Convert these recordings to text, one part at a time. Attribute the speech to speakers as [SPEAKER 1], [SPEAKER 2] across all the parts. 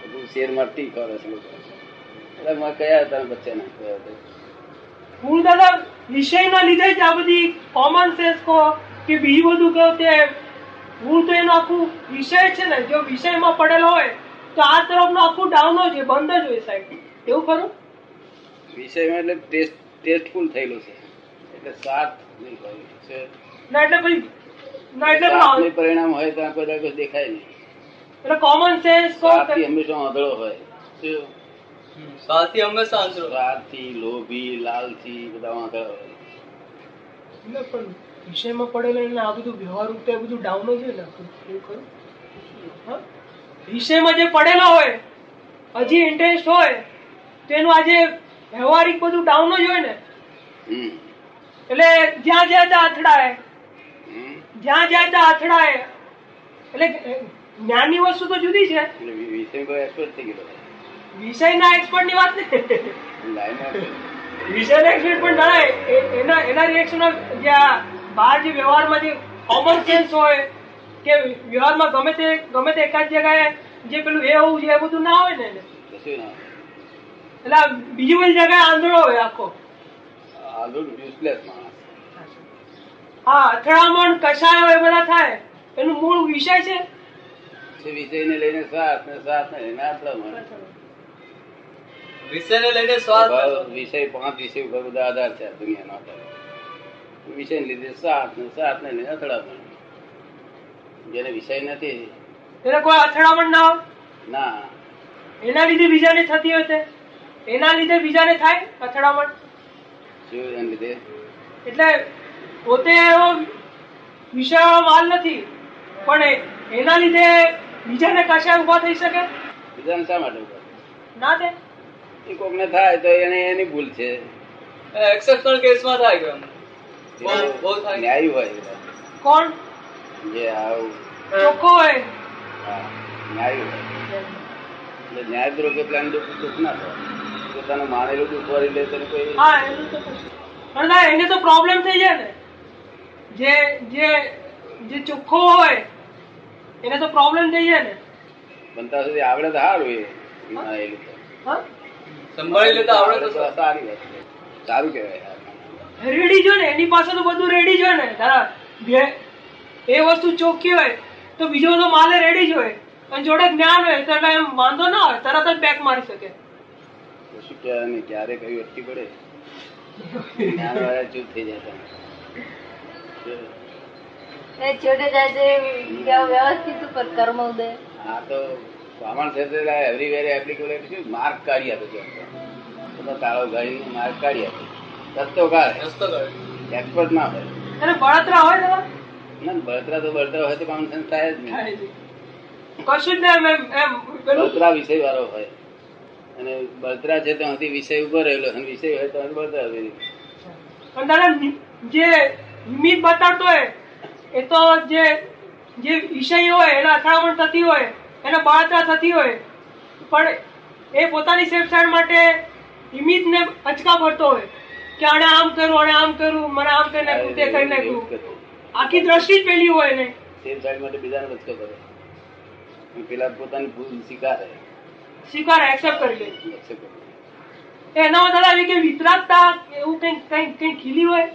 [SPEAKER 1] બધું શેરમાં ટી કરે છે લોકો એટલે મેં કયા હતા બચ્ચાને કયા હતા
[SPEAKER 2] હું દાદા વિષયના લીધે જ આ બધી કોમન સેન્સ કહો કે બીજું બધું કહો તે મૂળ તો એનો આખું વિષય છે ને જો વિષયમાં પડેલો હોય તો આ તરફનો આખું ડાઉન જ હોય, બંધ જ હોય સાહેબ એવું ખરું
[SPEAKER 1] વિષયમાં એટલે ટેસ્ટ ટેસ્ટફુલ થયેલું છે એટલે સાત નહીં હોય છે
[SPEAKER 2] ના એટલે પછી ના એટલે
[SPEAKER 1] સાતનું પરિણામ હોય તો આંખો દાખલો દેખાય નહીં
[SPEAKER 2] એટલે કોમન સેન્સ કહો
[SPEAKER 1] સ્વાર્થી
[SPEAKER 2] કે
[SPEAKER 1] હંમેશા વાંધળો હોય શું?
[SPEAKER 3] સ્વાર્થી હંમેશા અંધળો.
[SPEAKER 1] સ્વાર્થી લોભી લાલથી બધા વાંધળો હોય
[SPEAKER 2] ના, પણ વિષયમાં પડેલો એટલે આ બધું વ્યવહાર રૂપે આ બધું ડાઉન જ હોય ને આખું. એવું ખરું હા? વિષયમાં જે પડેલો હોય હજી ઇન્ટરેસ્ટ હોય તો એનું આજે વ્યવહારિક બધું ડાઉન જ હોય ને
[SPEAKER 1] હમ.
[SPEAKER 2] એટલે જ્યાં જ્યાં ત્યાં અથડાય
[SPEAKER 1] હમ.
[SPEAKER 2] જ્યાં જ્યાં ત્યાં અથડાય એટલે જ્ઞાનની વસ્તુ તો જુદી છે
[SPEAKER 1] એટલે વિ- વિષય કોઈ expert થઈ ગયેલો હોય.
[SPEAKER 2] વિષયના એક્સપર્ટ ની વાત નહીં
[SPEAKER 1] લાઈનમાં expert.
[SPEAKER 2] વિષયના એક્સપર્ટ પણ જણાય એ- એના એના રિએક્શન જે આ બહાર જે વ્યવહારમાં જે કોમન સેન્સ હોય કે વ્યવહારમાં ગમે તે ગમે તે એકાદ જગાએ જે પેલું એ હોવું જોઈએ એ બધું ના હોય ને એને.
[SPEAKER 1] કશું ના હોય.
[SPEAKER 2] એટલે આ બીજી બધી જગાએ આંધળો હોય આખો
[SPEAKER 1] આલુડ useless માણસ.
[SPEAKER 2] હા અથડામણ કશાયો એ બધા થાય એનું મૂળ વિષય છે
[SPEAKER 1] છે વિષયને લઈને સ્વાર્થ ને સ્વાર્થને લઈને અથડામણ.
[SPEAKER 3] વિષયને લઈને સ્વાર્થ
[SPEAKER 1] ભાવ, વિષય પાંચ વિષય ઉપર બધા આધાર છે આ દુનિયાનો આધાર. વિષયને લીધે સ્વાર્થ ને સ્વાર્થને લઈને અથડામણ. જેને વિષય નથી
[SPEAKER 2] એટલે કોઈ અથડામણ ના હોય
[SPEAKER 1] ના
[SPEAKER 2] એના લીધે બીજાને થતી હોય તે એના લીધે બીજાને થાય અથડામણ
[SPEAKER 1] શું એને લીધે
[SPEAKER 2] એટલે પોતે એવો વિષયવાળો માલ નથી પણ એ- એના લીધે બીજાને કશા ઉભા થઈ શકે
[SPEAKER 1] બીજાને શા માટે ઉભા?
[SPEAKER 2] ના તે
[SPEAKER 1] એ કોકને થાય તો એને એની ભૂલ છે
[SPEAKER 3] એક્સેપ્શનલ કેસમાં થાય કે એમ. બહુ- બહુ થાય.
[SPEAKER 1] ન્યાયી હોય બધા.
[SPEAKER 2] કોણ
[SPEAKER 1] જે આવું
[SPEAKER 2] ચોખ્ખો હોય
[SPEAKER 1] હા, ન્યાયી હોય એટલે ન્યાયદ્રોહ એટલે આને દુઃખ દુઃખ ના થાય પોતાનું માનેલું દુઃખ વળી લે તો કોઈ
[SPEAKER 2] હા એનું તો કશું. પણ ના એને તો પ્રોબ્લેમ થઈ જાય ને જે જે જે ચોખ્ખો હોય એને તો પ્રોબ્લેમ થઈ જાય ને
[SPEAKER 1] બનતા સુધી આવડે તો સારું એ માનેલું તો.
[SPEAKER 2] હા
[SPEAKER 3] સંભાળી લેતા આવડે તો
[SPEAKER 1] તો સારી વાત છે. સારું કહેવાય
[SPEAKER 2] રેડી જો ને એની પાસે તો બધું રેડી જો ને તારા બે- એ વસ્તુ ચોખ્ખી હોય તો બીજો બધો માલે રેડી જ હોય અને જોડે જ્ઞાન હોય તો એટલે એમ વાંધો ના હોય તરત જ બેક મારી શકે
[SPEAKER 1] તો શું કહેવાય ને ક્યારે કયું અટકી પડે જ્ઞાન વાળા ચૂપ થઈ જાય તમે. જો,
[SPEAKER 4] એ છોટે જાતે બીજા વ્યવસ્થિત ઉપર કર્મ ઉદય
[SPEAKER 1] આ તો સામાન ક્ષેત્રે એવરીવેર એપ્લિકેબલ એટલે શું માર્ગ કાઢી આપે છે બધા તાળો ગાડીને માર્ગ કાઢી આપે રસ્તો કાઢે
[SPEAKER 3] રસ્તો કરે
[SPEAKER 1] એક્સપર્ટ ના હોય
[SPEAKER 2] અને બળતરા હોય ને એમાં?
[SPEAKER 1] ના બળતરા તો બળતરા હોય તો common sense થાય જ નહીં
[SPEAKER 2] કશું જ ના એમ- એમ- એમ પેલું
[SPEAKER 1] બળતરા વિષય વાળો હોય અને બળતરા છે ત્યાંથી વિષય ઉભો રહેલો અને વિષય હોય તો બળતરા ઉભી રહી.
[SPEAKER 2] પણ તારા નિ- જે નિમિત્ત બતાડતો હોય એ તો જે જે વિષય હોય એને અથડામણ થતી હોય એને બળતરા થતી હોય પણ એ પોતાની સેફસાઈડ માટે નિમિત્તને અચકા ભરતો હોય કે આણે આમ કર્યું આણે આમ કર્યું મને આમ કરી નાખ્યું તે કરી
[SPEAKER 1] એવું
[SPEAKER 2] નાખ્યું
[SPEAKER 1] કરતું.
[SPEAKER 2] આખી દ્રષ્ટિ જ પેલી હોય ને
[SPEAKER 1] તે સાઈડ માટે બીજાને રસ્તો કરે અને પેલા પોતાની ભૂલ સ્વીકારે
[SPEAKER 2] સ્વીકાર એક્સેપ્ટ કરી લે
[SPEAKER 1] લક્ષ્ય કરે.
[SPEAKER 2] એના દાદા આવી કે વિતરાગતા એવું કંઈક કંઈક કંઈક ખીલી હોય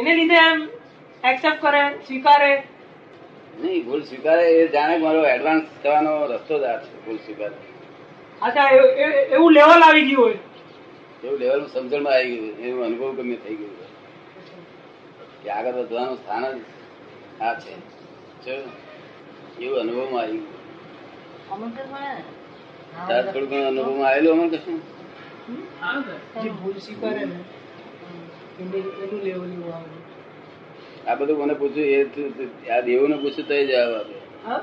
[SPEAKER 2] એને લીધે એમ એક્સેપ્ટ કરે સ્વીકારે
[SPEAKER 1] નહીં ભૂલ સ્વીકારે એ જાણે કે મારો એડવાન્સ થવાનો રસ્તો જ આ છે ભૂલ સ્વીકારે
[SPEAKER 2] અચ્છા એ- એ- એવું લેવલ આવી ગયું હોય
[SPEAKER 1] એવું લેવલ સમજણમાં આવી ગયું એનો અનુભવ ગમે થઈ ગયો છે. કે આગળ વધવાનું સ્થાન જ આ છે જો, એવું અનુભવમાં આવી ગયું
[SPEAKER 4] અમુક તો પણ
[SPEAKER 1] તાર થોડું ઘણું અનુભવમાં આવેલું અમને કશું
[SPEAKER 2] જે ભૂલ સ્વીકારે ને એને- એનું લેવલ એવું આવે
[SPEAKER 1] આ બધું મને પૂછ્યું એ તું- તું- આ દેવુને પૂછ્યું તો જવાબ આપે
[SPEAKER 2] હા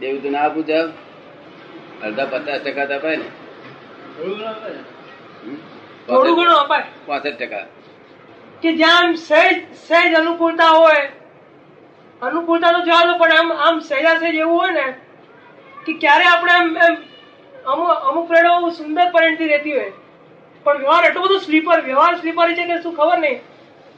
[SPEAKER 1] દેવ તો ના પૂછાવ અડધા પચાસ ટકા તો અપાય ને હમ?
[SPEAKER 2] થોડું ઘણું અપાય
[SPEAKER 1] પાંસઠ ટકા
[SPEAKER 2] કે જ્યાં આમ સહેજ સહેજ અનુકૂળતા હોય અનુકૂળતા તો જવા દો પણ આમ આમ સહેજા સહેજ એવું હોય ને કે ક્યારે આપણે આમ એમ અમુક અમુક પ્રેરણાઓ સુંદર પરિણતિ રહેતી હોય પણ વ્યવહાર એટલો બધો સ્લીપર વ્યવહાર સ્લીપર છે કે શું ખબર નહીં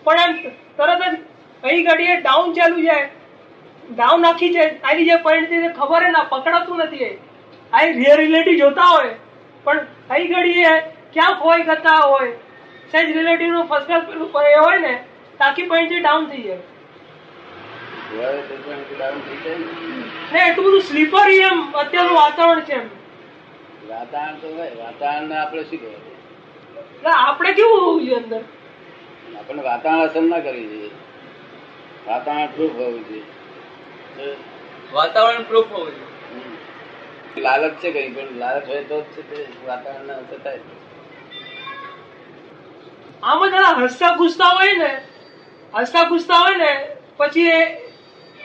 [SPEAKER 2] પણ એમ તરત જ અહીં ઘડીએ ડાઉન ચાલુ જાય ગામ નાખી છે આની જે પરિણતિ છે ખબર ના પકડાતું નથી એ આ રિયર રિલેટિવ જોતા હોય પણ કઈ ઘડી એ ક્યાં ખોઈ કરતા હોય સહેજ રિલેટિવ નું ફર્સ્ટ ક્લાસ પેલું એ હોય ને તાકી પરિણતિ ડાઉન થઈ જાય
[SPEAKER 1] કહેવાય તો પણ એટલું દારૂ થઈ જાય ને.
[SPEAKER 2] ને એટલું બધું સ્લીપરી એમ અત્યારનું વાતાવરણ છે એમ
[SPEAKER 1] વાતાવરણ તો હોય વાતાવરણ આપણે શું કહેવાય
[SPEAKER 2] એટલે આપણે કેવું હોવું જોઈએ અંદર
[SPEAKER 1] આપણને વાતાવરણ અસર ના કરવી જોઈએ વાતાવરણ પ્રૂફ હોવું જોઈએ તો
[SPEAKER 3] વાતાવરણ પ્રૂફ હોવું જોઈએ
[SPEAKER 1] લાલચ છે કઈ પણ લાલચ હોય તો જ છે તે વાતાવરણ અસર થાય
[SPEAKER 2] આમાં જરા હસતા ગુસતા હોય ને હસતા ગુસતા હોય ને પછી એ-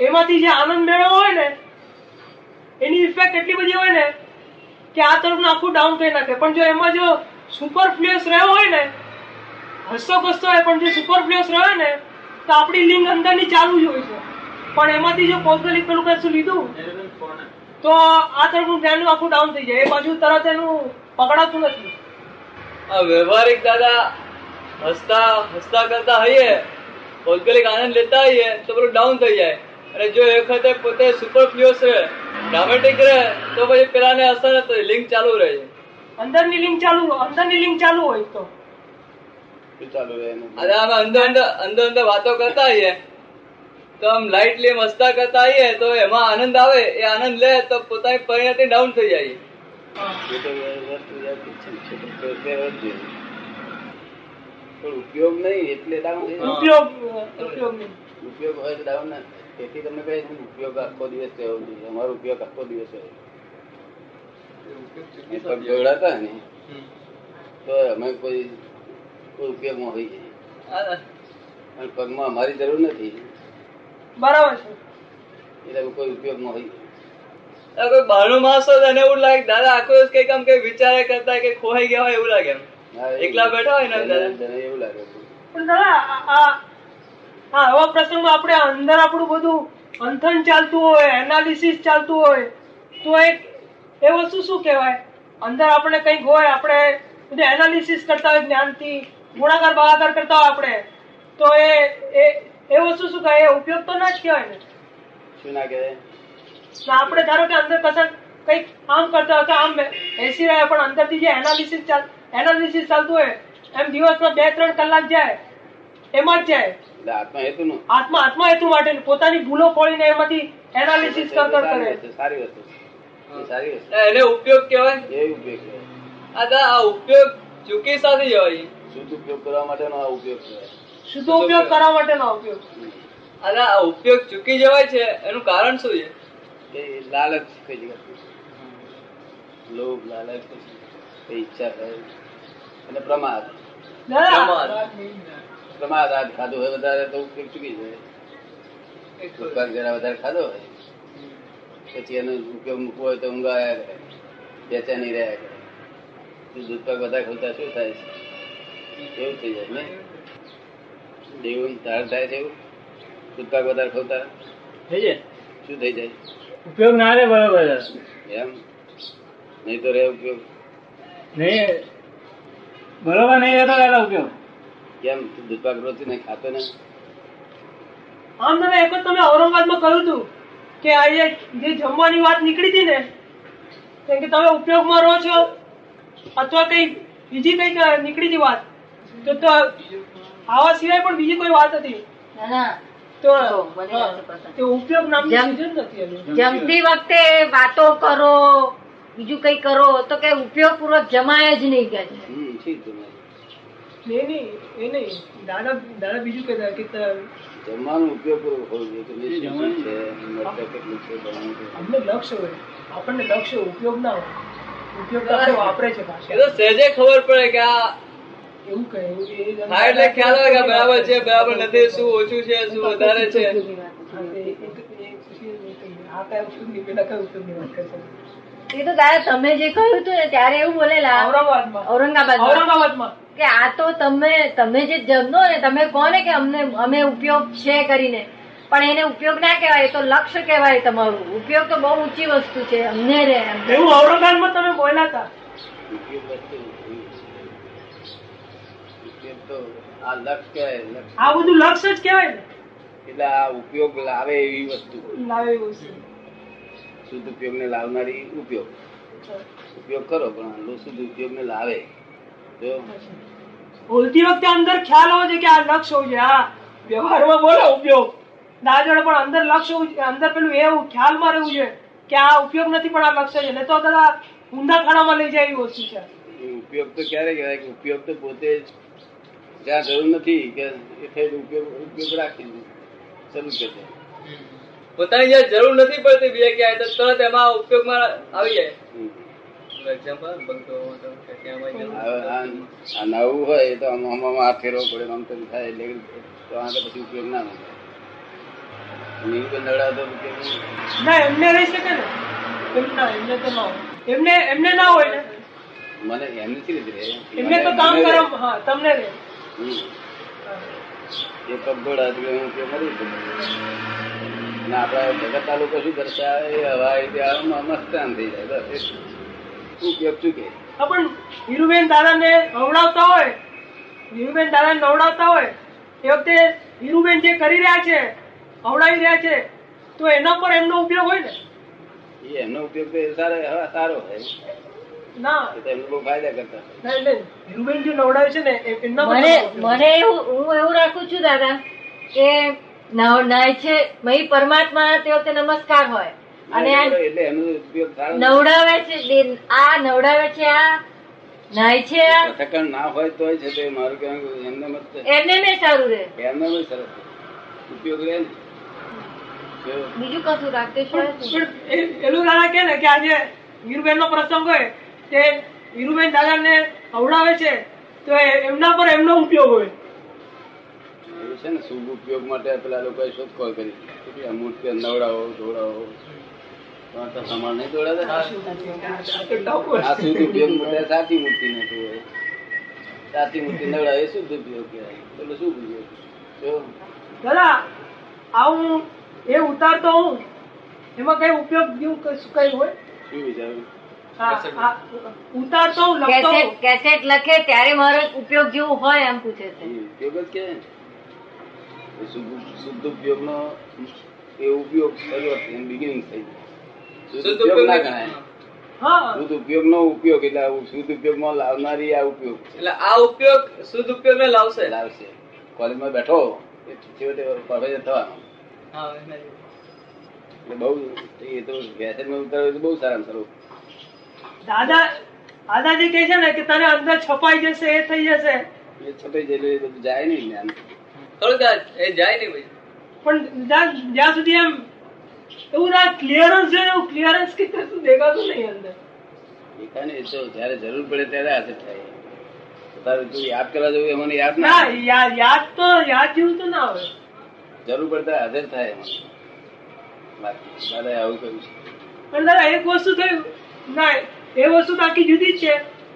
[SPEAKER 2] એમાંથી જે આનંદ મેળવ્યો હોય ને એની ઇફેક્ટ એટલી બધી હોય ને કે આ તરફનું આખું ડાઉન કરી નાખે પણ જો એમાં જો સુપર રહ્યો હોય ને હસતો ગુસતો હોય પણ જો સુપર રહ્યો ને તો આપણી લિંગ અંદરની ચાલુ જ હોય છે પણ એમાંથી જો પૌગોલિક પેલું કશું લીધું તો આ તરફનું ધ્યાન આખું ડાઉન થઈ જાય એ બાજુ તરત એનું પકડાતું નથી
[SPEAKER 3] આ વ્યવહારિક દાદા હસતા હસતા કરતા હઈએ ભૌગોલિક આનંદ લેતા હઈએ તો પેલું ડાઉન થઈ જાય અને જો એ વખતે પોતે સુપર ફ્લ્યુઅસ રહે ડ્રામેટિક રહે તો પછી પેલાને અસર જ થઈ લિંક ચાલુ રહે છે
[SPEAKER 2] અંદરની લિંક ચાલુ અંદરની લિંક ચાલુ હોય તો
[SPEAKER 1] શું ચાલુ રહે એનું?
[SPEAKER 3] અને આમ અંદર અંદર અંદર અંદર વાતો કરતા આવીએ તો આમ લાઇટલી મસ્તા કરતા આવીએ તો એમાં આનંદ આવે એ આનંદ લે તો પોતાની પરિણતિ ડાઉન થઈ જાય
[SPEAKER 1] એ તો વસ્તુ જાતિ છે ને, છેલ્લે તો તે વસ્તુ. પણ ઉપયોગ નહીં એટલે ડાઉન થઈ જાય.
[SPEAKER 2] ઉપયોગ ઉપયોગ નહીં.
[SPEAKER 1] ઉપયોગ હોય તો ડાઉન ના થાય. તેથી તમને કહે છે ને, ઉપયોગ આખો દિવસ થયો છે. અમારો ઉપયોગ આખો દિવસ થયો છે. એ પગ જોડાતા ને તો અમે કોઈ કોઈ ઉપયોગમાં હોઈ જઈએ
[SPEAKER 3] આ-
[SPEAKER 1] અને પગમાં અમારી જરૂર નથી
[SPEAKER 2] બરાબર છે
[SPEAKER 1] એટલે અમે કોઈ ઉપયોગમાં હોઈ જઈએ.
[SPEAKER 3] આ કોઈ બહારનું માણસ હોય તો એને એવું લાગે દાદા આખો દિવસ કંઈક આમ કંઈક વિચારે કરતા કે ખોવાઈ ગયા હોય એવું લાગે એમ
[SPEAKER 1] હા, એવું.
[SPEAKER 3] એકલા બેઠા હોય ને અંદર.
[SPEAKER 1] તને- તને એવું લાગે છે.
[SPEAKER 2] પણ દાદા આ- આ હા એવા પ્રસંગમાં આપણે અંદર આપણું બધું મંથન ચાલતું હોય એનાલિસિસ ચાલતું હોય તો એક એ વસ્તુ શું કહેવાય અંદર આપણે કંઈક હોય આપણે બધું એનાલિસિસ કરતા હોય જ્ઞાનથી ગુણાકાર ભાગાકાર કરતા હોય આપણે તો એ એ- એ વસ્તુ શું કહેવાય એ ઉપયોગ તો ના જ કહેવાય ને
[SPEAKER 1] શું ના કહેવાય
[SPEAKER 2] ને આપણે ધારો કે અંદર કસર કંઈક આમ કરતા હતા આમ બેસી રહ્યા પણ અંદરથી જે એનાલિસિસ ચાલ એનાલિસિસ ચાલતું હોય એમ દિવસમાં બે ત્રણ કલાક જાય એમાં જ જાય
[SPEAKER 1] એટલે આત્મા હેતુ નું
[SPEAKER 2] આત્મા આત્મા હેતુ માટે ને પોતાની ભૂલો ખોલીને એમાંથી એનાલિસિસ કરતા
[SPEAKER 1] સારી
[SPEAKER 2] કરે
[SPEAKER 1] વસ્તુ, સારી વસ્તુ એ સારી વસ્તુ
[SPEAKER 3] એટલે એને ઉપયોગ કહેવાય
[SPEAKER 1] એ ઉપયોગ કહેવાય.
[SPEAKER 3] આ દા- આ ઉપયોગ ચૂકી સાથે જ હોય
[SPEAKER 1] શુદ્ધ ઉપયોગ કરવા માટેનો આ ઉપયોગ કહેવાય
[SPEAKER 2] શુદ્ધ ઉપયોગ કરવા માટેનો ઉપયોગ
[SPEAKER 1] હમ.
[SPEAKER 3] આ દા- આ ઉપયોગ ચૂકી જવાય છે એનું કારણ શું છે
[SPEAKER 1] એ લાલચ કઈ જગ્યા લોભ લાલચ એ ઈચ્છા થાય અને પ્રમાદ
[SPEAKER 2] દાદા
[SPEAKER 3] પ્રમાદ.
[SPEAKER 1] પ્રમાદ આ ખાધું હોય વધારે તો ઉપયોગ ચૂકી જાય દુકાન જરા વધારે ખાધો હોય પછી એનો ઉપયોગ મૂકવો હોય તો ઊંઘ આવ્યા કરે બેચેની રહ્યા કરે તો દૂધ પાક વધારે ખોલતા શું થાય છે એવું થઈ જાય ને દેવું ધાર થાય છે એવું દૂધ પાક વધારે ખોલતા શું થઈ જાય
[SPEAKER 5] ઉપયોગ ના રે બરોબર
[SPEAKER 1] એમ નહીં તો રે ઉપયોગ
[SPEAKER 5] નહીં બરોબર નહીં રહેતો પેલા ઉપયોગ
[SPEAKER 1] કેમ તું દૂધ પાક રોજ નહીં ખાતો ને
[SPEAKER 2] આમ તમે એક જ તમે ઔરંગાબાદમાં કહ્યું હતું કે આ જે જે જમવાની વાત નીકળી હતી ને કેમ કે તમે ઉપયોગમાં રહો છો અથવા કંઈ બીજી કંઈક નીકળી હતી વાત તો તો આવા સિવાય પણ બીજી કોઈ વાત હતી
[SPEAKER 4] ના ના
[SPEAKER 2] તો
[SPEAKER 4] તો મને નથી પસંદ.
[SPEAKER 2] તે ઉપયોગ નામની
[SPEAKER 4] જેમ-
[SPEAKER 2] ચીજ જ નથી એની.
[SPEAKER 4] જમતી વખતે વાતો કરો બીજું કઈ કરો તો કે ઉપયોગ પૂર્વક જમાય જ નહીં કે છે.
[SPEAKER 1] હમ ઠીક તમારું
[SPEAKER 2] એ નહીં એ નહીં દાદા દાદા બીજું કહેતા કે ત-
[SPEAKER 1] જમવાનું ઉપયોગ પૂર્વક હોવું જોઈએ કે ભાઈ શું શું છે મરચાં કેટલું છે બનાવવું છે.
[SPEAKER 2] અમને લક્ષ્ય હોય આપણને લક્ષ્ય હોય, ઉપયોગ ના હોય ઉપયોગ તો આપણે વાપરે છે
[SPEAKER 3] એ તો
[SPEAKER 2] ભાષા
[SPEAKER 3] સહેજે ખબર પડે કે આ
[SPEAKER 2] એવું કહે એવું એ જ-
[SPEAKER 3] થાય એટલે ખ્યાલ આવે કે આ બરાબર છે બરાબર નથી શું ઓછું છે શું વધારે છે
[SPEAKER 4] ઉપયોગની વાત છે.
[SPEAKER 2] ઔરંગાબાદમાં
[SPEAKER 4] એ તો દાદા તમે જે કહ્યું હતું ને ત્યારે એવું બોલેલા ઔરંગાબાદ
[SPEAKER 2] ઔરંગાબાદમાં
[SPEAKER 4] કે આ તો તમે તમે જે જમનો ને તમે કહો ને કે અમને અમે ઉપયોગ છે કરીને પણ એને ઉપયોગ ના કહેવાય એ તો લક્ષ્ય કહેવાય તમારું ઉપયોગ તો બહુ ઊંચી વસ્તુ છે અમને રે એમ
[SPEAKER 2] એવું ઔરંગાબાદમાં તમે બોલ્યા હતા
[SPEAKER 1] ઉપયોગ વસ્તુ હોવી જોઈએ. ઉપયોગ તો આ લક્ષ કહેવાય લક્ષ
[SPEAKER 2] આ બધું લક્ષ્ય જ કહેવાય ને
[SPEAKER 1] એટલે આ ઉપયોગ લાવે એવી વસ્તુ
[SPEAKER 2] લાવે એવું છે
[SPEAKER 1] શુદ્ધ ઉપયોગને લાવનારી ઉપયોગ ઉપયોગ કરો પણ આનો શુદ્ધ ઉપયોગને લાવે જો
[SPEAKER 2] બોલતી વખતે અંદર ખ્યાલ હોવો જોઈએ કે આ લક્ષ હોવું જોઈએ આ વ્યવહારમાં બોલો ઉપયોગ ના જોડે પણ અંદર લક્ષ હોવું જોઈએ અંદર પેલું એવું ખ્યાલમાં રહેવું જોઈએ કે આ ઉપયોગ નથી પણ આ લક્ષ્ય છે નહીં તો કદાચ ઊંધા ખાડામાં લઈ જાય એવી વસ્તુ છે
[SPEAKER 1] એ ઉપયોગ તો ક્યારે કહેવાય કે ઉપયોગ તો પોતે જ જ્યાં જરૂર નથી કે એ થઈ ગયું, ઉપયોગ ઉપયોગ રાખીને શરૂ કરી દે.
[SPEAKER 3] પોતાની જ્યાં જરૂર નથી પડતી બીજા ક્યાંય તો તરત એમાં ઉપયોગમાં આવી જાય
[SPEAKER 1] હમ.
[SPEAKER 3] એક્ઝામ્પલ બંકો તો ક્યાં આવી
[SPEAKER 1] હવે
[SPEAKER 3] જાય.
[SPEAKER 1] આ આ નવું હોય તો આમ આમ આમ આ ફેરવો પડે આમ તેમ થાય એટલે તો આ તો પછી ઉપયોગ ના મળે એની ઉપર નવડાવતો ઉપયોગ નહીં.
[SPEAKER 2] ના એમને રહી શકે ને એમ ના એમને તો ના હોય એમને એમને ના હોય ને
[SPEAKER 1] મને એમ નથી લીધી રે.
[SPEAKER 2] એમને તો કામ
[SPEAKER 1] મને-
[SPEAKER 2] કરવા હા તમને રહે
[SPEAKER 1] હમ. એ પગદોડ હતી હું કે મરી ગયો. અને આપણા જગતના લોકો શું કરતા એ હવાઈ રીતે આમ આમ મસ્તાન થઈ જાય બસ એ શું ઉપયોગ શું કે
[SPEAKER 2] હા, પણ હીરુબેન દાદાને નવડાવતા હોય હીરુબેન દાદાને નવડાવતા હોય એ વખતે હીરુબેન જે કરી રહ્યા છે નવડાવી રહ્યા છે તો એના પર એમનો ઉપયોગ હોય ને
[SPEAKER 1] એ એમનો ઉપયોગ તો એ સારો હા સારો હોય
[SPEAKER 2] ના
[SPEAKER 1] એ તો એમને બહુ ફાયદા કરતા હોય.
[SPEAKER 2] ના, એટલે હીરુબેન જે નવડાવે છે ને એ- એમના પર
[SPEAKER 4] મને
[SPEAKER 2] એમનો ઉપયોગ.
[SPEAKER 4] મને એવું હું એવું રાખું છું દાદા કે નાવ- નાય છે મહી પરમાત્મા તે વખતે નમસ્કાર હોય અને આ
[SPEAKER 1] એટલે એમનો ઉપયોગ સારો
[SPEAKER 4] નવડાવે છે દે- આ નવડાવે છે આ નાય છે આ
[SPEAKER 1] પથકણ ના હોય તોય છે તો મારું કહેવાનું કે એમને મત
[SPEAKER 4] એમને મેં સારું રહે
[SPEAKER 1] એમનો બી સરસ ઉપયોગ રહે ને જો
[SPEAKER 4] બીજું કશું રાખતે શું
[SPEAKER 2] પણ-
[SPEAKER 4] હશે?
[SPEAKER 2] પણ એ- એલું દાદા કે ને કે આજે હીરુબેન નો પ્રસંગ હોય તે હીરુબેન દાદાને નવડાવે છે તો એ- એમના પર એમનો ઉપયોગ હોય
[SPEAKER 1] એવું છે ને શુભ ઉપયોગ માટે પેલા લોકોએ શોધખોળ કરી કે આ મૂર્તિ નવડાવો દોડાવો પણ તો સામાન નહીં દોડાતા
[SPEAKER 2] આ તો tough હોય.
[SPEAKER 1] આ શુદ્ધ ઉપયોગ માટે સાચી મૂર્તિ નથી હોય સાચી મૂર્તિ નવડાવે એ શુદ્ધ ઉપયોગ કહેવાય પેલો શું ઉપયોગ જો
[SPEAKER 2] દાદા આ હું એ ઉતારતો હું એમાં કઈ ઉપયોગ જેવું કશું કઈ હોય
[SPEAKER 1] શું વિચાર્યું
[SPEAKER 2] આ- આ ઉતારતો હું લખતો
[SPEAKER 4] કેસેટ
[SPEAKER 2] હું
[SPEAKER 4] કેસેટ લખે ત્યારે મારો ઉપયોગ જેવું હોય એમ પૂછે
[SPEAKER 1] એ
[SPEAKER 4] છે
[SPEAKER 1] ઉપયોગ જ કહેવાય ને. એ શુદ્ધ શુદ્ધ ઉપયોગનો એ ઉપયોગ શરૂઆત બિગિનિંગ થઈ શુદ્ધ
[SPEAKER 3] શુદ્ધ
[SPEAKER 1] ઉપયોગ
[SPEAKER 3] ઉપયોગ
[SPEAKER 1] ના
[SPEAKER 3] એટલે
[SPEAKER 1] ગણાય
[SPEAKER 2] હા
[SPEAKER 1] શુદ્ધ ઉપયોગનો ઉપયોગ એટલે આ શુદ્ધ ઉપયોગમાં લાવનારી આ ઉપયોગ છે
[SPEAKER 3] આ ઉપયોગ શુદ્ધ ઉપયોગ ને લાવશે
[SPEAKER 1] લાવશે કોલેજમાં બેઠો એટલે છેવટે professor થવાનો
[SPEAKER 3] હા એના જેવું.
[SPEAKER 1] એટલે બહુ એ તો વ્યસનમાં ઉતારો તો બહુ સારામાં સારું
[SPEAKER 2] દાદા દાદાજી કહે છે ને કે તને અંદર છપાઈ જશે એ થઈ જશે
[SPEAKER 1] એ છપાઈ જાય એટલે એ બધું જાય નહીં જ્ઞાન
[SPEAKER 3] થોડુંક આ એ જાય નહીં ભાઈ
[SPEAKER 2] પણ જ્યાં જ્યાં સુધી એમ એવું ના ક્લિયરન્સ છે ને એવું ક્લિયરન્સ કે કશું દેખાતું નહીં અંદર
[SPEAKER 1] એ કાંઈ નહીં, એ તો જ્યારે જરૂર પડે ત્યારે હાજર થાય તારું તું યાદ કરવા જવું એ મને યાદ ના
[SPEAKER 2] ના
[SPEAKER 1] આવે.
[SPEAKER 2] યાદ યાદ તો યાદ જેવું તો ના આવે
[SPEAKER 1] જરૂર પડતા હાજર થાય એમાં. બાકી દાદાએ આવું કર્યું છે.
[SPEAKER 2] પણ દાદા એક વસ્તુ થયું ના એ વસ્તુ તો આખી જુદી જ છે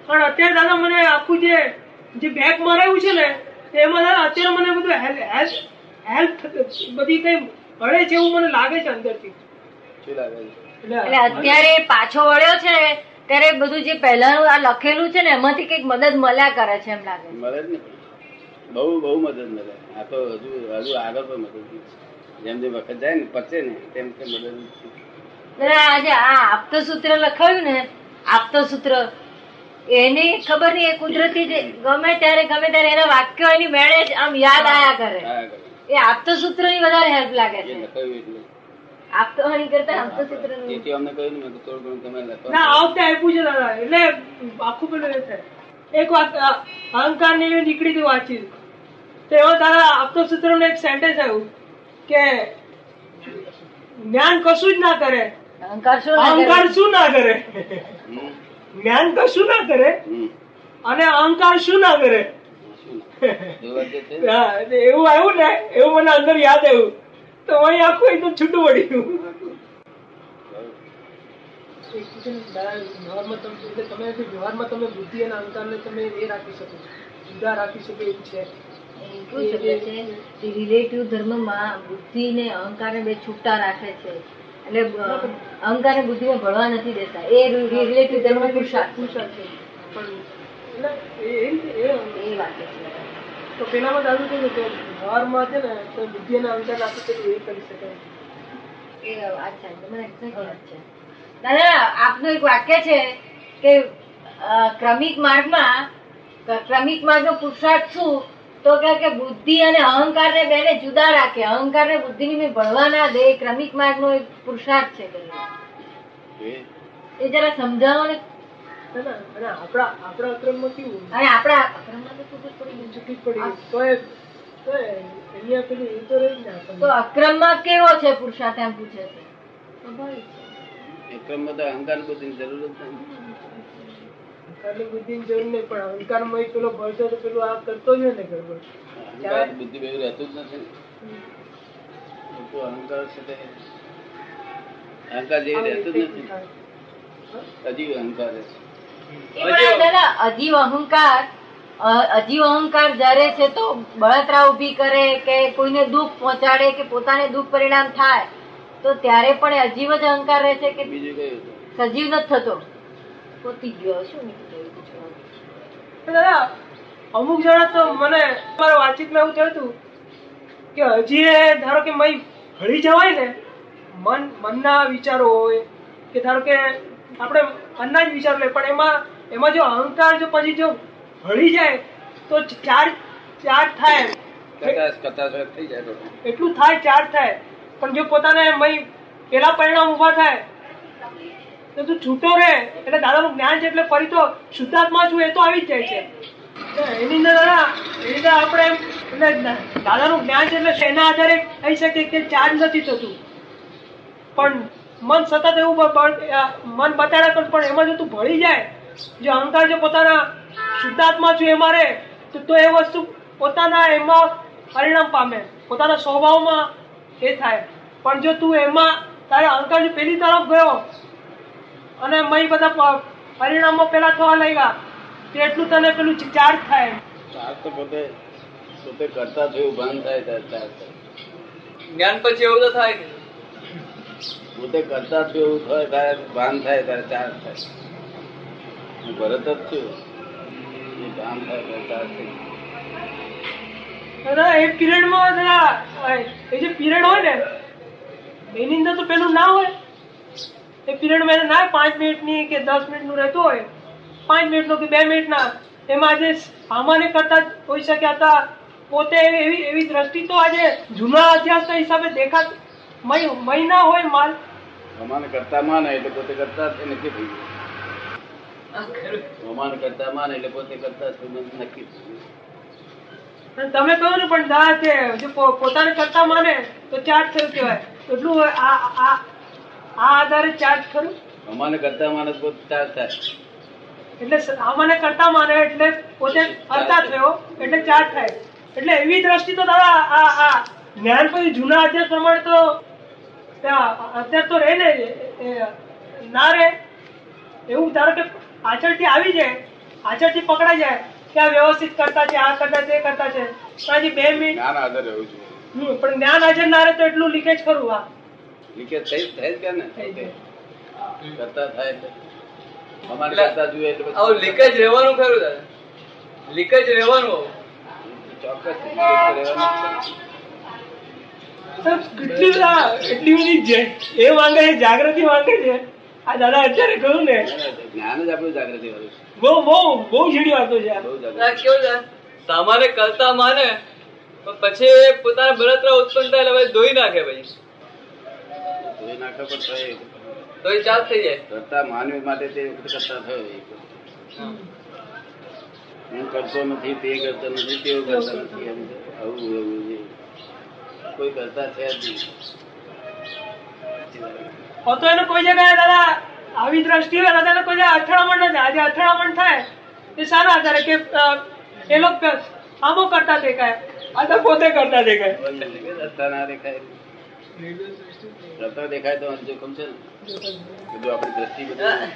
[SPEAKER 2] પણ અત્યારે દાદા મને આખું જે જે બેગ મરાયું છે ને એમાં દાદા અત્યારે મને બધું હેલ્પ હેલ્પ બધી કઈ મળે છે એવું મને લાગે છે અંદરથી
[SPEAKER 1] શું લાગે છે?
[SPEAKER 4] એટલે અત્યારે પાછો વળ્યો છે ત્યારે બધું જે પહેલાનું આ લખેલું છે ને એમાંથી કંઈક મદદ મળ્યા કરે છે એમ લાગે છે.
[SPEAKER 1] મળે જ ને બહુ બહુ મદદ મળે આ તો હજુ હજુ આગળ પણ મદદ મળે. જેમ જેમ વખત જાય ને પચે ને તેમ તેમ મદદ મળે.
[SPEAKER 4] અને આજે આ આપતો સૂત્ર લખાયું ને આપતો સૂત્ર એની ખબર નહીં એ કુદરતી જે ગમે ત્યારે ગમે ત્યારે એના વાક્યો એની મેળે જ આમ યાદ આયા કરે
[SPEAKER 1] હા, આગળ.
[SPEAKER 4] એ આપતો સૂત્ર ની વધારે હેલ્પ લાગે
[SPEAKER 1] એ
[SPEAKER 4] છે
[SPEAKER 1] લખાયું એટલે
[SPEAKER 4] આપતો આની કરતા આપતો સૂત્ર
[SPEAKER 1] તેથી અમને કહ્યું ને મેં કીધું થોડું ઘણું તમે લખો.
[SPEAKER 2] ના આ વખતે આપ્યું છે દાદા એટલે આખું પેલું એ થાય એક વાત અહંકાર ની નીકળી હતી વાંચી તો એમાં દાદા આપતો સૂત્ર એક સેન્ટેન્સ આવ્યું કે જ્ઞાન કશું જ ના કરે
[SPEAKER 4] અહંકાર શું લાગે
[SPEAKER 2] અહંકાર શું ના કરે
[SPEAKER 1] હમ,
[SPEAKER 2] જ્ઞાન કશું ના કરે
[SPEAKER 1] હમ.
[SPEAKER 2] અને અહંકાર શું ના કરે
[SPEAKER 1] શું લખો? એવું વાંચે છે?
[SPEAKER 2] હા, એટલે એવું આવ્યું ને એવું મને અંદર યાદ આવ્યું તો અહીં આખું એકદમ છૂટું પડી ગયું તમે વ્યવહારમાં તમે બુદ્ધિ અને અહંકારને તમે એ રાખી શકો જુદા રાખી શકો એવું છે
[SPEAKER 4] શું શબ્દ છે રિલેટિવ ધર્મમાં બુદ્ધિ ને અહંકાર બે છૂટા રાખે છે એટલે અહંકાર ને બુદ્ધિ ભળવા નથી દેતા એ રિલેટિવ ધર્મ પુરુષાર્થ
[SPEAKER 2] પુરુષાર્થ છે. પણ એટલે એ- એ- એ
[SPEAKER 4] એ વાક્ય છે
[SPEAKER 2] એ તો પેલામાં દાદુ કહ્યું કે વ્યવહારમાં છે ને તો બુદ્ધિ અને અહંકાર રાખી પેલું એ કરી શકાય
[SPEAKER 4] એ અચ્છા એટલે મને exact યાદ છે. દાદા આપનું એક વાક્ય છે કે અ, ક્રમિક માર્ગમાં ક- ક્રમિક માર્ગનો પુરુષાર્થ શું તો કહે કે બુદ્ધિ અને અહંકારને બેને જુદા રાખે અહંકારને બુદ્ધિની મેં ભળવા ના દે એ ક્રમિક માર્ગનો એક પુરુષાર્થ છે કે
[SPEAKER 1] એ
[SPEAKER 4] એ જરા સમજાવો ને
[SPEAKER 2] હે ને અને આપણા આપણા અક્રમમાં કેવું
[SPEAKER 4] અને આપણા અક્રમમાં તો ખૂબ જ થોડી
[SPEAKER 2] ચૂકી પડી તો એ તો એ અહીંયા પેલી એ તો રહી જ ને
[SPEAKER 4] તો
[SPEAKER 2] આપણને.
[SPEAKER 4] અક્રમમાં કેવો છે પુરુષાર્થ એમ પૂછે છે સ્વાભાવિક છે.
[SPEAKER 1] ક્રમમાં તો અહંકાર બુદ્ધિની જરૂર જ નથી
[SPEAKER 2] અહંકારની બુદ્ધિની જરૂર નહીં પણ અહંકારમાં એક પેલો ભળ છે તો પેલો આ કરતો જ હોય ને ગડબડ
[SPEAKER 1] અહંકાર બુદ્ધિ ભેગું રહેતું જ નથી લોકો અહંકાર છે તે અહંકાર જેવી રહેતું જ નથી અજીવ અહંકાર છે
[SPEAKER 4] એ પણ દાદા અજીવ અહંકાર અ, અજીવ અહંકાર જ્યારે છે તો બળતરા ઊભી કરે કે કોઈને દુઃખ પહોંચાડે કે પોતાને દુઃખ પરિણામ થાય તો ત્યારે પણ એ અજીવ જ અહંકાર રહે છે કે
[SPEAKER 1] બીજું કયું હતું?
[SPEAKER 4] સજીવ નથી થતો પોતી ગયો હવે શું નીકળ્યું એવું પૂછવાનું.
[SPEAKER 2] તો દાદા અમુક જણા તો મને મારા વાતચીતમાં એવું થયું હતું કે હજી એ ધારો કે મય ભળી જવાય ને મન મનના વિચારો હોય કે ધારો કે આપણે મનના જ વિચારો લે પણ એમાં એમાં જો અહંકાર જો પછી જો ભળી જાય તો ચાર્જ ચાર્જ થાય
[SPEAKER 1] કટાશ કટાશ થઈ જાય લોકો.
[SPEAKER 2] એટલું થાય ચાર્જ થાય પણ જો પોતાને મય પેલા પરિણામ ઊભા થાય તો તું છૂટો રહે એટલે દાદાનું જ્ઞાન છે એટલે ફરી તો શુદ્ધાત્મા છું એ તો આવી જ જાય છે તો એની અંદર દાદા એની અંદર આપણે એમ એટલે દાદાનું જ્ઞાન છે એટલે શેના આધારે કહી શકીએ કે ચાર્જ નથી થતું પણ મન સતત એવું બ- બ- અ, મન બતાડે પણ પણ એમાં જો તું ભળી જાય જો અહંકાર જો પોતાના શુદ્ધાત્મા છું એમાં રહે તો તો એ વસ્તુ પોતાના એમાં પરિણામ પામે પોતાના સ્વભાવમાં એ થાય પણ જો તું એમાં તારે અહંકાર જો પેલી તરફ ગયો અને મય બધા પ- પરિણામો પેલા થવા લાગ્યા તો એટલું તને પેલું ચાર્જ થાય
[SPEAKER 1] ચાર તો પોતે પોતે કરતા થયું ભાન થાય ત્યારે ચાર થાય.
[SPEAKER 3] જ્ઞાન પછી એવું તો થાય નહીં.
[SPEAKER 1] પોતે કરતા થયું એવું થાય ત્યારે ભાન થાય ત્યારે ચાર થાય હું ભરત જ છું એ ભાન થાય ત્યારે ચાર થઈ
[SPEAKER 2] દાદા એ પીરિયડમાં દાદા એ જે પીરિયડ હોય ને એની અંદર તો પેલું ના હોય એ પીરિયડમાં એને ના પાંચ મિનિટની કે દસ મિનિટનું રહેતું હોય પાંચ મિનિટનો કે બે મિનિટના એમાં આજે સામાન્ય કરતા જ હોઈ શક્યા હતા પોતે એવી એવી દ્રષ્ટિ તો આજે જૂના અધ્યાસના હિસાબે દેખા મય મય ના હોય માલ
[SPEAKER 1] અમાને કરતા માને એટલે પોતે કરતા જ નક્કી થઈ ગયું અમાને કરતા માને એટલે પોતે કરતા જ નક્કી થઈ ગયું
[SPEAKER 2] અને તમે કહો ને પણ દા છે જો પો- પોતાને કરતા માને તો ચાર્જ થયું કહેવાય એટલું આ આ- આ આ આધારે ચાર્જ ખરું
[SPEAKER 1] અમાને કરતા માણસ પોતે ચાર થાય
[SPEAKER 2] એટલે સ- આમાંને કરતા માને એટલે પોતે કરતા થયો એટલે ચાર થાય એટલે એવી દ્રષ્ટિ તો દાદા આ આ જ્ઞાન પછી જૂના અધ્યાસ પ્રમાણે તો ત્યાં અત્યાર તો રહે ને એ- એ ના રહે એવું ધારો કે પાછળથી આવી જાય પાછળથી પકડાઈ જાય કે આ વ્યવસ્થિત કરતા છે આ કરતા છે એ કરતા છે પણ હજી બે મિનિટ
[SPEAKER 1] જ્ઞાન આધાર રહેવું જોઈએ
[SPEAKER 2] હમ, પણ જ્ઞાન હાજર ના રહે તો એટલું લીકેજ ખરું આ
[SPEAKER 1] લીકેજ થઈ જ- થઈ જ ગયા
[SPEAKER 2] થઈ
[SPEAKER 1] ને
[SPEAKER 2] જાય.
[SPEAKER 1] કરતા થાય એટલે અમાને કરતા જુએ એટલે પછી
[SPEAKER 3] આવું લીકેજ રહેવાનું ખરું દાદા લીકેજ રહેવાનું આવું.
[SPEAKER 1] ચોક્કસ લીકેજ તો રહેવાનું જ છે.
[SPEAKER 2] સાહેબ, કેટલી બધા એટલી બધી જે- એ માંગે છે જાગૃતિ માંગે છે આ દાદા અત્યારે કહ્યું ને
[SPEAKER 1] જ્ઞાન જ આપણું જાગૃતિ વાળું છે
[SPEAKER 2] બહુ બહુ બહુ ઝીણી વાતો છે આ.
[SPEAKER 1] બહુ
[SPEAKER 3] આ
[SPEAKER 1] જાગૃતિ
[SPEAKER 3] કેવું છે સામાન્ય કરતા માને પણ પછી એ પોતાના બળતરા ઉત્પન્ન થાય એટલે પછી ધોઈ નાખે પછી
[SPEAKER 1] જોઈ નાખો પણ તોય
[SPEAKER 3] તો એ ચાર્જ થઈ જાય
[SPEAKER 1] કરતા માનવી માટે તે વખતે કરતા થયો એ. હું કરતો નથી તે કરતો નથી તેવું કરતા નથી એમ આવું એવું છે. કોઈ કરતા છે જ નહીં
[SPEAKER 2] અથવા તો એને કોઈ જગ્યાએ દાદા આવી દ્રષ્ટિ હોય દાદા એને કોઈ જગ્યાએ અથડામણ ન થાય આજે અથડામણ થાય એ સારા આધારે કે અ, એ લોકો આમો કરતા દેખાય આ તો પોતે કરતા દેખાય
[SPEAKER 1] કરતા ના દેખાય કરતા દેખાય તો જોખમ છે ને જો આપણી દ્રષ્ટિ બદલાય